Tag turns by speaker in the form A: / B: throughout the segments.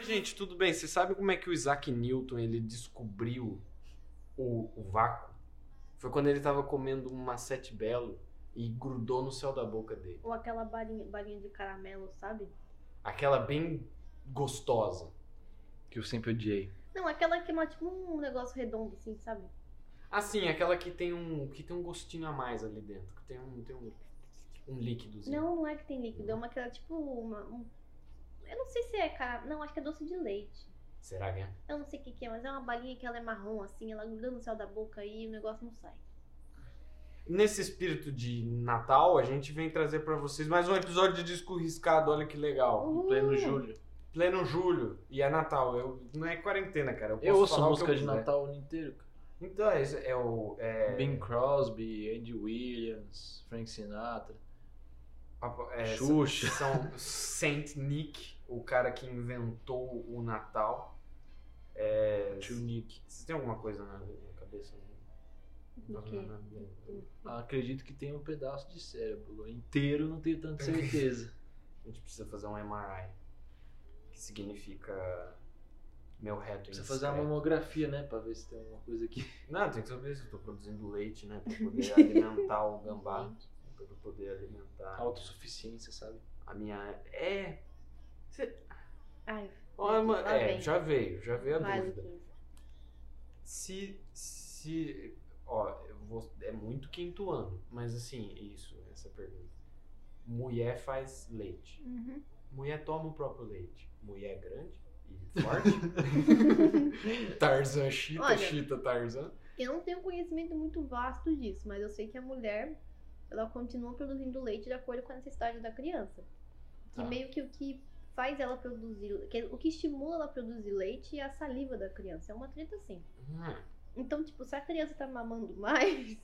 A: gente, tudo bem. Vocês sabem como é que o Isaac Newton ele descobriu o, o vácuo? Foi quando ele tava comendo um macete belo e grudou no céu da boca dele.
B: Ou aquela balinha, balinha de caramelo, sabe?
A: Aquela bem gostosa.
C: Que eu sempre odiei.
B: Não, aquela que é uma, tipo um negócio redondo, assim, sabe?
A: Assim, aquela que tem um que tem um gostinho a mais ali dentro, que tem um tem um, um líquidozinho.
B: Não, não é que tem líquido, é uma que é tipo uma. um- Eu não sei se é cara. Não, acho que é doce de leite.
A: Será que é?
B: Eu não sei o que, que é, mas é uma balinha que ela é marrom, assim, ela gruda no céu da boca e o negócio não sai.
A: Nesse espírito de Natal, a gente vem trazer pra vocês mais um episódio de Disco Riscado, olha que legal.
B: Uhul.
C: Pleno julho.
A: Pleno julho, e é Natal, eu, não é quarentena, cara. Eu, posso
C: Eu ouço
A: falar o que
C: música
A: eu
C: de
A: quiser.
C: Natal o ano inteiro. cara.
A: Então, esse é o... É,
C: Bing Crosby, Andy Williams, Frank Sinatra.
A: a- é,
C: Xuxa.
A: São Saint Nick, o cara que inventou o Natal. É,
C: Tio Nick.
A: Vocês têm alguma coisa na, na cabeça? né?
B: Do quê?
A: Na- na-
C: Acredito que tem um pedaço de cérebro. Inteiro não tenho tanta certeza.
A: A gente precisa fazer um MRI, que significa meu reto
C: Precisa fazer uma
A: indiscreto.
C: mamografia, né? Pra ver se tem alguma coisa aqui.
A: Não, tem que saber se eu tô produzindo leite, né? Pra poder alimentar o gambá. Pra eu poder alimentar
C: Autossuficiência, sabe?
A: a minha. É. Cê...
B: Ai,
A: Ó, ma-
B: Ah, Lá
A: é,
B: vem.
A: já veio, já veio a
B: vai,
A: dúvida.
B: Luquinhas.
A: Se. Se. Ó, eu vou. É muito quinto ano, mas assim, isso, essa pergunta. Mulher faz leite.
B: Uhum.
A: Mulher toma o próprio leite. Mulher é grande e forte. Tarzan, chita,
B: Olha.
A: chita, Tarzan.
B: Eu não tenho conhecimento muito vasto disso, mas eu sei que a mulher, ela continua produzindo leite de acordo com a necessidade da criança. Que
A: Tá.
B: meio que o que faz ela produzir, que- o que estimula ela a produzir leite é a saliva da criança. É uma treta assim.
A: Hum,
B: Então, tipo, se a criança tá mamando mais,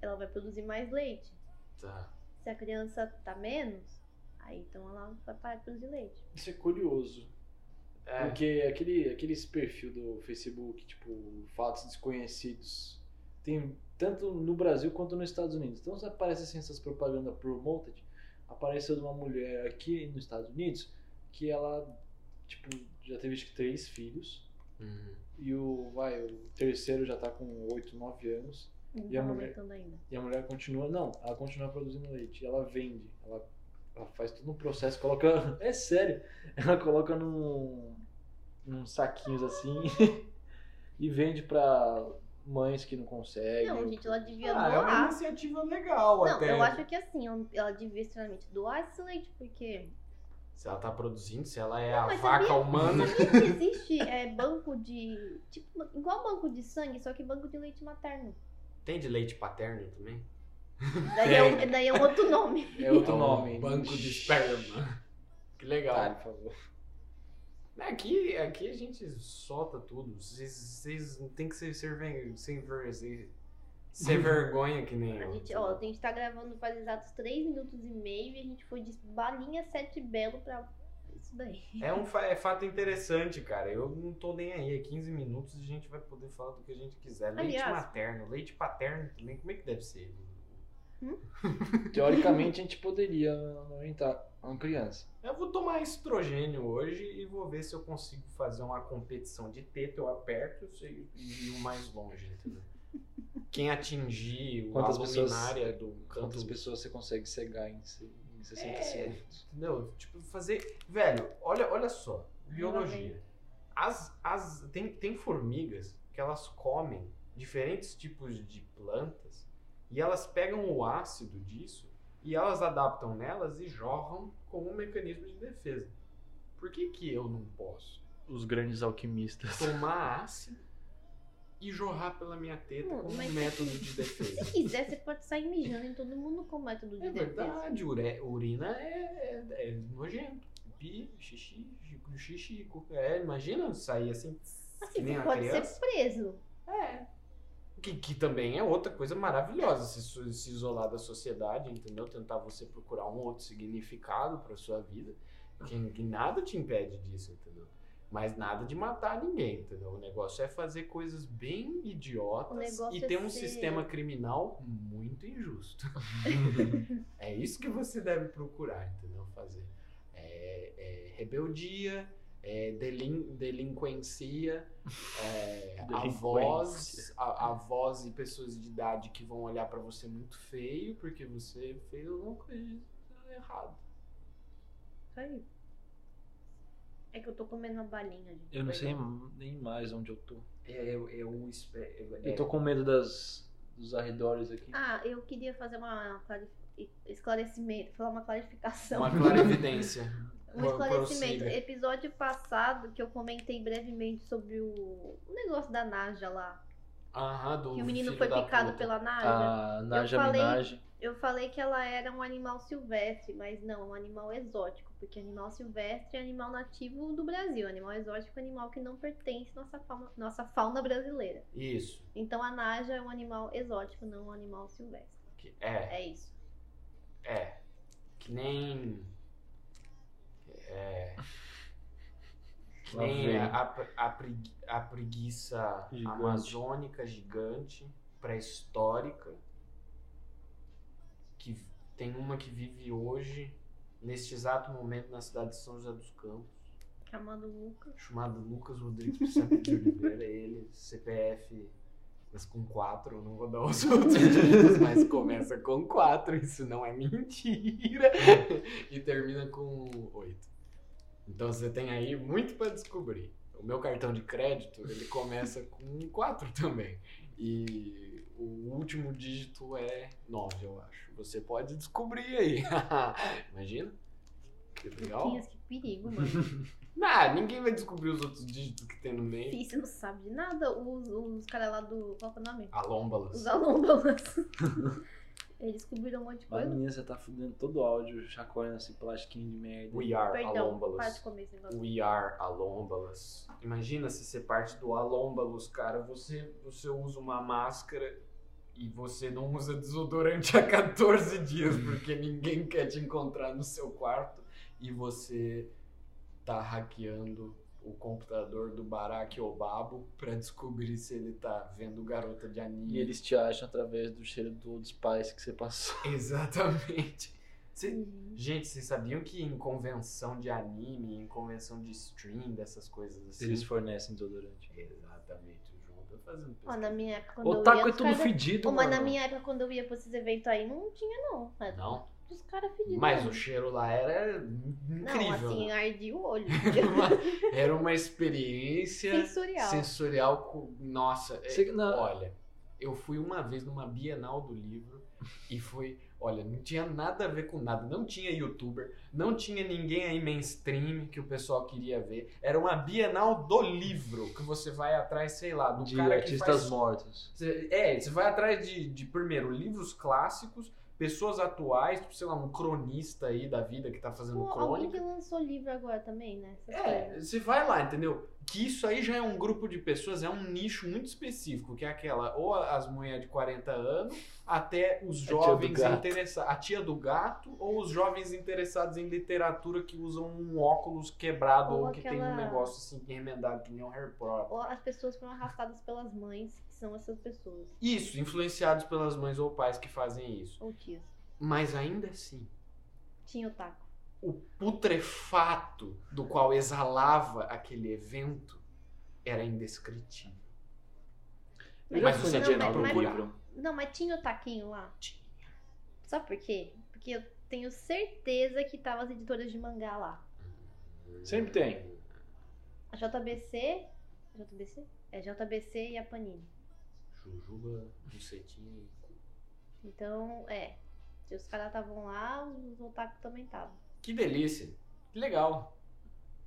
B: ela vai produzir mais leite.
A: tá.
B: Se a criança tá menos, aí então ela vai parar de produzir leite.
C: Isso é curioso.
B: Hum.
A: É,
C: Porque aquele, aquele perfil do Facebook, tipo, fatos desconhecidos, tem tanto no Brasil quanto nos Estados Unidos. Então, se aparece assim essas propagandas promoted, apareceu de uma mulher aqui nos Estados Unidos que ela, tipo, já teve acho que três filhos.
A: hum.
C: E o, vai, o terceiro já tá com 8, 9 anos.
B: Não
C: E a
B: tá
C: mulher?
B: amamentando ainda.
C: E a mulher continua, não, ela continua produzindo leite. Ela vende, ela, ela faz todo um processo, coloca. É sério, ela coloca num, num saquinhos assim e vende pra mães que não conseguem.
B: Não, gente, ela devia
A: Ah, é uma
B: doar.
A: iniciativa legal
B: Não,
A: até.
B: eu acho que assim, ela- ela devia extremamente doar esse leite, porque
A: Se ela tá produzindo, se ela é a
B: mas
A: vaca
B: sabia-
A: humana.
B: Sabia que existe é, banco de. Tipo, igual banco de sangue, só que banco de leite materno.
A: Tem de leite paterno também?
B: Daí é, um- daí é um outro nome.
C: É outro
A: É um
C: nome.
A: Banco de esperma. Que legal.
C: Tá, por favor.
A: É, Aqui, aqui a gente solta tudo. Vocês- Vocês não tem que ser, ser, ver- sem ver- sem- ser vergonha que nem
B: A
A: eu.
B: gente, ó, a gente tá gravando faz exatos 3 minutos e meio e a gente foi de balinha 7 belo pra isso daí.
A: É um fa- é fato interessante, cara. Eu não tô nem aí. É 15 minutos e a gente vai poder falar do que a gente quiser. Leite
B: Aliás-
A: materno, leite paterno também. Como é que deve ser?
C: Teoricamente a gente poderia aumentar uma criança.
A: Eu vou tomar estrogênio hoje e vou ver se eu consigo fazer uma competição de teto. Eu aperto e e ir o mais longe, entendeu? Quem atingir o-
C: Quantas
A: a
C: pessoas-
A: luminária do canto
C: Quantas pessoas você consegue cegar em, se- em 60
A: É.
C: segundos?
A: Entendeu? Tipo, fazer. Velho, olha, olha só. Biologia. As, as, tem, tem formigas que elas comem diferentes tipos de plantas e elas pegam o ácido disso e elas adaptam nelas e jorram como um mecanismo de defesa. Por que, que eu não posso
C: Os grandes alquimistas.
A: tomar ácido e jorrar pela minha teta
B: Não,
A: como
B: mas-
A: um método de
B: Se
A: defesa?
B: quiser, você pode sair mijando em todo mundo com método de
A: É
B: defesa.
A: verdade, ure- urina é, é, é nojento. Pi, xixi, chico, xixi, cu- é, imagina sair assim, que
B: Assim,
A: nem
B: você
A: uma
B: pode
A: criança.
B: ser preso.
A: É. Que, que também é outra coisa maravilhosa, se, su- se isolar da sociedade, entendeu? Tentar você procurar um outro significado pra sua vida, que, que nada te impede disso, entendeu? Mas nada de matar ninguém, entendeu? O negócio é fazer coisas bem
B: O
A: idiotas
B: negócio
A: e
B: é
A: ter um
B: ser-
A: sistema criminal muito injusto. É isso que você deve procurar, entendeu? Fazer. É, é rebeldia, é, delin- delinquencia, é, avós, a- avós e pessoas de idade que vão olhar pra você muito feio porque você é fez alguma coisa errada.
B: Isso Tá aí. É que eu tô comendo uma balinha, gente.
C: Eu não sei
B: Perdão.
C: nem mais onde eu tô.
A: É, eu, eu, espe- eu- é,
C: Eu tô com medo das, dos arredores aqui.
B: Ah, eu queria fazer uma clari- esclarecimento, falar uma clarificação.
A: uma clara evidência.
B: Um
A: Pro-
B: esclarecimento.
A: prossiga.
B: Episódio passado que eu comentei brevemente sobre o, o negócio da Naja lá.
A: Aham, do
B: que o menino
A: filho
B: foi
A: da
B: picado
A: puta. Ah.
B: pela Naja.
C: A Naja
B: falei-
C: Minaj.
B: Eu falei que ela era um animal silvestre, mas não, é um animal exótico. Porque animal silvestre é animal nativo do Brasil. Animal exótico é animal que não pertence à nossa fauna, nossa fauna brasileira.
A: Isso.
B: Então a Naja é um animal exótico, não um animal silvestre.
A: que- é.
B: É isso.
A: É. Que nem. É. Que
C: Lá
A: nem
C: vem.
A: a, a, pregui- a preguiça
C: Gigante.
A: amazônica gigante, pré-histórica, que v- tem uma que vive hoje, neste exato momento, na cidade de São José dos Campos,
B: Chamando Luca.
A: chamado Lucas Rodrigues Pissarro de Oliveira, ele, CPF, mas com quatro, eu não vou dar os outros dígitos, mas começa com quatro, isso não é mentira, e termina com oito. Então você tem aí muito pra descobrir. O meu cartão de crédito, ele começa com quatro também, e o último dígito é nove, eu acho. Você pode descobrir aí, imagina? Que legal.
B: Luquinhas, que perigo, mano.
A: Ah, ninguém vai descobrir os outros dígitos que tem no meio.
B: Sim, você não sabe de nada. Os, os caras lá do. Qual que é o
A: Ah,
B: nome?
A: Alômbalas.
B: Os alômbalas. Eles descobriram um monte de
C: Mas,
B: coisa.
C: menina, você tá fudendo todo o áudio, chacoalhando esse plastiquinho de merda.
A: We are
B: Perdão, para de
A: alômbalas.
B: comer esse negócio.
A: We are alômbalas. Imagina se ser parte do alômbalos, cara. Você, você usa uma máscara e você não usa desodorante há 14 dias porque ninguém quer te encontrar no seu quarto e você tá hackeando o computador do Barack Obabo pra descobrir se ele tá vendo garota de anime.
C: E eles te acham através do cheiro do Old Spice que você passou.
A: Exatamente. Você-
B: Uhum.
A: Gente, vocês sabiam que em convenção de anime, em convenção de stream, dessas coisas assim.
C: Eles fornecem desodorante.
A: Exatamente, o João tá fazendo
B: Ó, na minha época, quando
C: O
B: eu
C: taco
B: ia.
C: é
B: os
C: tudo
B: um cara-
C: fedido,
A: Tipo,
B: Ô, mas
C: mano.
B: na minha época, quando eu ia pra esses eventos aí, não tinha, não. Era
A: Não,
B: Os caras fedidos.
A: mas
B: mesmo.
A: o cheiro lá era incrível. né?
B: Não, assim, ardia o olho.
A: era, uma, era uma experiência
B: Sensorial.
A: é sensorial. co- Nossa, é-
C: Você- na-
A: olha, eu fui uma vez numa Bienal do Livro e foi. Olha, não tinha nada a ver com nada. Não tinha youtuber, não tinha ninguém aí mainstream que o pessoal queria ver. Era uma Bienal do Livro, que você vai atrás, sei lá, do
C: de
A: cara que
C: artistas
A: faz
C: mortos.
A: você- É, você vai atrás de, de, primeiro, livros clássicos, pessoas atuais, tipo, sei lá, um cronista aí da vida que tá fazendo
B: Pô, alguém
A: crônica.
B: que lançou livro agora também, né? Essas
A: É,
B: coisas.
A: você vai lá, entendeu? Que isso aí já é um grupo de pessoas, é um nicho muito específico, que é aquela, ou as mulheres de 40 anos, até os
C: tia do
A: jovens
C: gato.
A: interessados, a tia do gato, ou os jovens interessados em literatura que usam um óculos quebrado, ou,
B: Ou
A: que tem um
B: aquela-
A: negócio assim, remendado, que nem o Harry Potter.
B: Ou as pessoas foram arrastadas pelas mães, que são essas pessoas.
A: Isso, influenciados pelas mães ou pais que fazem isso.
B: Ou tias.
A: Mas ainda assim,
B: Tinha o taco.
A: o putrefato do qual exalava aquele evento era indescritível.
B: Mas
A: Mas
B: eu
A: você
B: fui-
A: tinha
B: não, é
A: que
B: mas- mas-
A: procurar.
B: Não, mas tinha o taquinho lá?
A: Tinha.
B: Sabe por quê? Porque eu tenho certeza que tava as editoras de mangá lá.
C: Sempre tem.
B: A JBC. JBC? É JBC e a Panini.
A: Jujuba, bucetinha.
B: Então, é. Se os caras estavam lá, os otaku também estavam.
A: Que delícia. Que legal.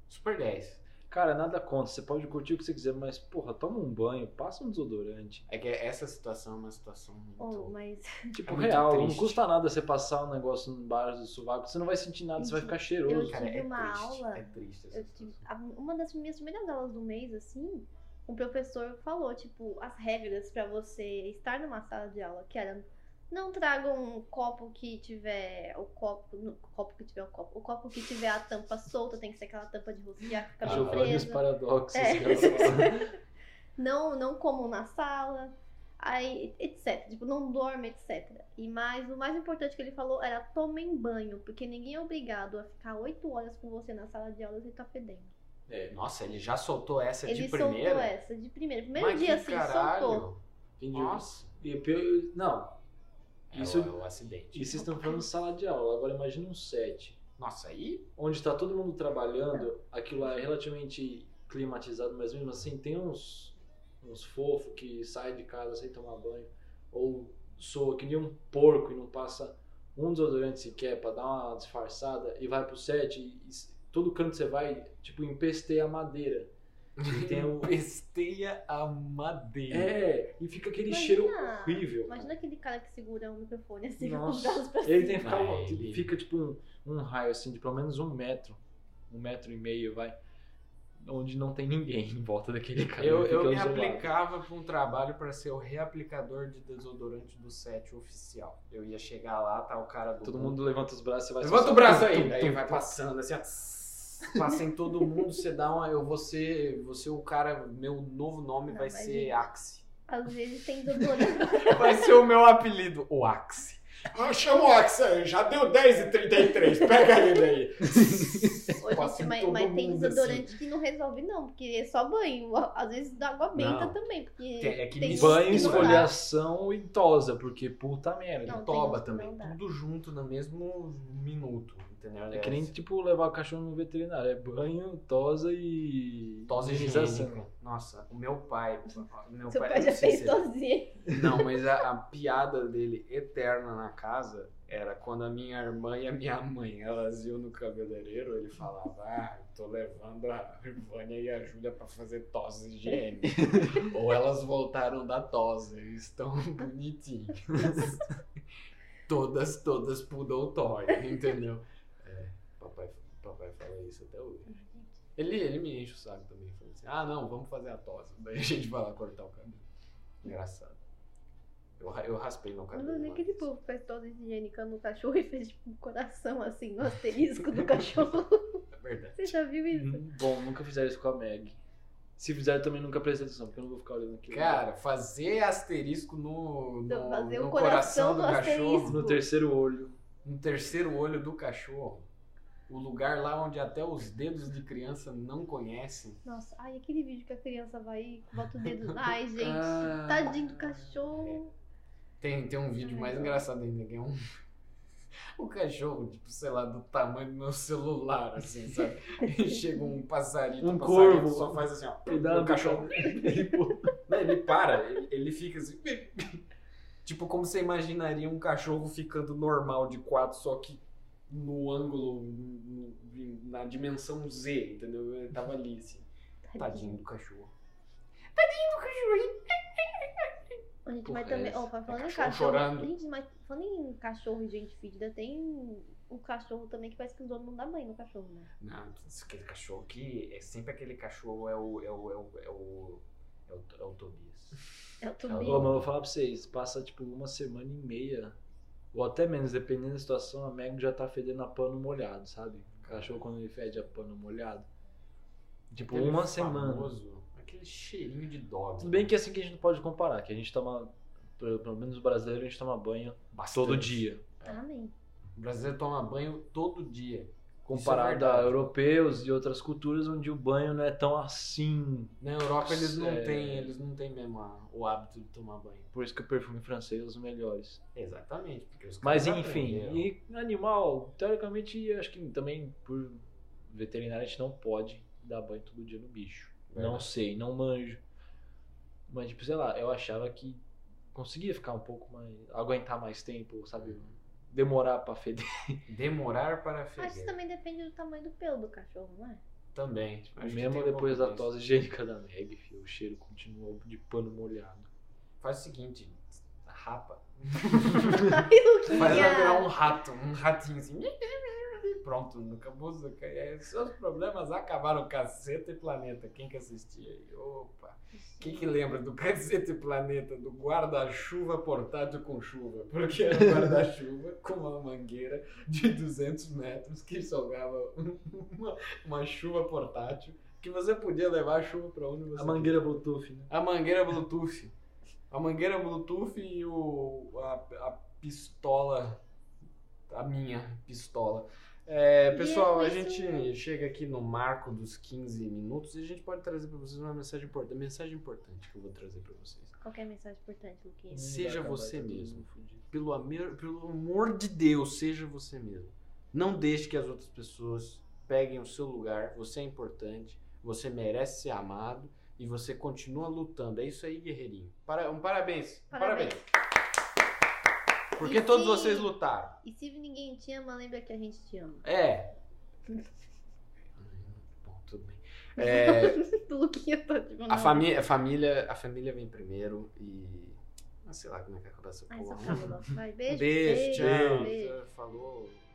A: Super 10.
C: Cara, nada contra. Você pode curtir o que você quiser, mas, porra, toma um banho, passa um desodorante.
A: É que essa situação é uma situação muito.
B: Oh, mas.
C: Tipo,
A: É muito
C: real,
A: triste.
C: não custa nada você passar um negócio embaixo do sovaco, você não vai sentir nada, você vai ficar cheiroso.
B: Eu-
A: Cara,
B: tive
A: é
B: uma
A: triste.
B: aula,
A: É triste essa
B: Eu tive,
A: situação.
B: a- uma das minhas primeiras aulas do mês, assim, um professor falou, tipo, as regras pra você estar numa sala de aula, que era não traga um copo que tiver o copo, no- copo que tiver o copo, o copo que tiver a tampa solta, tem que ser aquela tampa de rosquear que fica bem
C: Giovanni os
B: presa.
C: paradoxos. né?
B: É.
C: que ela fala.
B: Não, não comam na sala. Aí, etc. Tipo, não dorme, etc. E mais, o mais importante que ele falou era tomem banho, porque ninguém é obrigado a ficar oito horas com você na sala de aula e tá fedendo.
C: É,
A: Nossa, ele já soltou essa
B: Ele
A: Tá de
B: soltou
A: primeira?
B: essa de primeira. Primeiro
A: Mas
B: dia
A: que
B: assim,
A: caralho.
B: soltou.
C: entendi.
A: Nossa.
C: E pe- Não, Isso-
A: Isso é o, é o acidente.
C: e vocês estão falando de sala de aula. Agora imagina um set,
A: Nossa, aí
C: onde está todo mundo trabalhando, aquilo lá é relativamente climatizado, mas mesmo assim tem uns, uns fofos que saem de casa sem tomar banho, ou soa que nem um porco e não passa um desodorante sequer pra dar uma disfarçada e vai pro set e, e s- todo canto que você vai, tipo, empesteia a madeira. E tem um,
A: pesteia a madeira.
C: É, e fica aquele
B: Imagina-
C: cheiro horrível.
B: Imagina aquele cara que segura o microfone assim com os
C: Nossa.
B: braços pra cima.
C: Ele tem que ficar,
A: Vai,
C: tipo,
A: ele-
C: fica tipo um, um raio assim, de pelo menos um metro, um metro e meio, vai. Onde não tem ninguém em volta daquele cara.
A: Eu,
C: ele
A: eu
C: fica
A: me
C: isolado.
A: aplicava para um trabalho para ser o reaplicador de desodorante do set oficial. Eu ia chegar lá, tá o cara do
C: Todo mundo levanta os braços e vai
A: Levanta
C: só-
A: o braço
C: tum,
A: aí,
C: tum,
A: daí
C: tum,
A: vai
C: tum.
A: passando assim, ó. Passa em todo mundo, você dá uma. Eu vou ser. Você, o cara. Meu novo nome
B: Não,
A: vai
B: mas,
A: ser
B: gente.
A: Axe.
B: Às vezes tem desodorante.
A: Vai ser o meu apelido, o Axe. Ah, chama o Axe aí, já deu 10 e 33 pega ele aí.
B: Ô, gente,
A: Passa em
B: mas,
A: todo
B: mas tem
A: mundo, assim.
B: desodorante que não resolve, não, porque é só banho. Às vezes dá água benta
A: Não.
B: também, porque.
A: Tem- é que
B: tem
A: me
B: uns
A: banho,
B: que
C: Banho,
B: não dá.
C: esfoliação e tosa, porque puta merda.
B: Não, tem
A: Toba
B: uns que
A: também,
B: não dá.
A: tudo junto no mesmo minuto, entendeu?
C: É que nem, tipo, levar o cachorro no veterinário. É banho, tosa e.
A: Tosse
C: higienização.
A: higiênica. Nossa, o meu pai. Meu
B: Seu
A: pai,
B: pai
A: eu
B: já
A: não sei
B: fez
A: se-
B: tozinha.
A: Não, mas a, a piada dele eterna na casa era quando a minha irmã e a minha mãe elas iam no cabeleireiro, ele falava: Ah, eu tô levando a Ivânia e a Júlia pra fazer tosse higiênica. Ou elas voltaram da tosse, e estão bonitinhas. todas, todas pudoutórias, entendeu? É, papai, papai fala isso até hoje. Ele, ele me enche o saco também, falando assim, ah não, vamos fazer a tosa. Daí a gente vai lá cortar o cabelo. Engraçado. Eu, ra- eu raspei meu cabelo.
B: Mano, é nem
A: uma
B: aquele
A: vez.
B: povo que faz tosa higiênica no cachorro e fez tipo um coração assim, no asterisco do cachorro.
A: É verdade.
B: Você já viu
A: Uhum.
B: isso?
C: Hum, Bom, nunca fizeram isso com a Meg. Se fizeram, também nunca prestei atenção, porque eu não vou ficar olhando aqui.
A: Cara, fazer asterisco no, no,
B: Então, Fazer o
A: no coração,
B: coração do
A: do cachorro,
B: asterisco.
C: No terceiro olho.
A: no um terceiro olho do cachorro, o lugar lá onde até os dedos de criança não conhecem.
B: Nossa, ai, aquele vídeo que a criança vai e bota o dedo. Ai, gente,
C: Ah.
B: tadinho do cachorro.
A: Tem, tem um vídeo mais engraçado ainda, que é um. O cachorro, tipo, sei lá, do tamanho do meu celular, assim, sabe? E chega um passarinho,
C: Um
A: passarinho
C: corvo.
A: só faz assim, ó.
C: E dá
A: o cachorro.
C: né? Ele pula.
A: Não, ele para, ele, ele fica assim. Tipo, como você imaginaria um cachorro ficando normal de quatro, só que no ângulo, no- no- na dimensão Z, entendeu? Ele tava ali, assim. Tadinho do cachorro.
B: A gente
C: Porra,
B: vai também.
C: essa.
B: Ó, falando em
A: é cachorro
B: cachorro.
A: chorando.
B: Gente, mas falando em cachorro e gente fedida, tem um cachorro também que parece que os donos não dá banho no cachorro, né?
A: Não, aquele cachorro que é sempre aquele cachorro é o. é o. é o. é o, é o, é o Tobias.
B: É o
A: Sim.
C: Ô, mas
B: tubinho.
C: eu vou falar pra vocês, passa tipo uma semana e meia, ou até menos, dependendo da situação, a Meg já tá fedendo a pano molhado, sabe? O cachorro quando ele fede a pano molhado. Tipo,
A: Aquele
C: uma semana.
A: é famoso, Aquele cheirinho de dog.
C: Tudo bem que assim que a gente não pode comparar, que a gente toma, pelo pelo menos o brasileiro, a gente toma banho
A: Bastante.
C: é todo dia.
B: Amém.
A: O brasileiro toma banho todo dia.
C: Comparado a
A: é verdade.
C: europeus e outras culturas onde o banho não é tão assim.
A: Na Europa eles não
C: É.
A: têm, eles não têm mesmo a- o hábito de tomar banho.
C: Por isso que o perfume francês é os melhores.
A: Exatamente. porque os
C: Mas
A: caras
C: enfim,
A: aprenderam.
C: e animal, teoricamente, acho que também por veterinário a gente não pode dar banho todo dia no bicho.
A: Verdade.
C: Não sei, não manjo. Mas, tipo, sei lá, eu achava que conseguia ficar um pouco mais. aguentar mais tempo, sabe? Demorar pra feder.
A: Demorar para
B: Acho que isso
A: feder.
B: também depende do tamanho do pelo do cachorro, não é?
A: Também. acho que tem
C: Mesmo
A: um
C: depois
A: pouco
C: da
A: disso.
C: tosse higiênica da Meg, filho, o cheiro continuou de pano molhado.
A: Faz o seguinte, rapa.
B: Ai,
A: Faz ela virar um
B: Luquinha!
A: rato, um ratinho assim. Pronto, acabou. É, seus problemas acabaram. Caceta e Planeta. Quem que assistia aí? Opa! Quem que lembra do Caceta e Planeta? Do guarda-chuva portátil com chuva? Porque era um guarda-chuva com uma mangueira de 200 metros que jogava uma, uma chuva portátil que você podia levar a chuva pra onde você
C: A mangueira Bluetooth, né?
A: a mangueira Bluetooth. A mangueira Bluetooth e o, a, a pistola. A minha pistola. É, pessoal,
B: E é
A: a
B: com isso-
A: gente chega aqui no marco dos 15 minutos e a gente pode trazer pra vocês uma mensagem importante. Mensagem importante que eu vou trazer pra vocês.
B: Qual que é a mensagem importante, Luquinha?
A: Seja
C: Vai acabar
A: você
C: todo mundo
A: mesmo.
C: fudido.
A: Pelo, ame- pelo amor de Deus, seja você mesmo. Não deixe que as outras pessoas peguem o seu lugar. Você é importante, você merece ser amado e você continua lutando. É isso aí, guerreirinho. Para- um parabéns.
B: Parabéns.
A: Porque
B: E
A: todos
B: sim.
A: vocês lutaram.
B: E se ninguém te ama, lembra que a gente te ama.
A: É. Bom, tudo bem. É,
B: Do Luquinha tá tipo,
A: A,
B: não.
A: fami- a família, a família vem primeiro e. Ah, sei lá como é que acaba essa
B: Ai, só
A: porra.
B: acaba logo. Vai, beijo.
A: Beijo, Um tchau.
B: beijo.
A: Falou.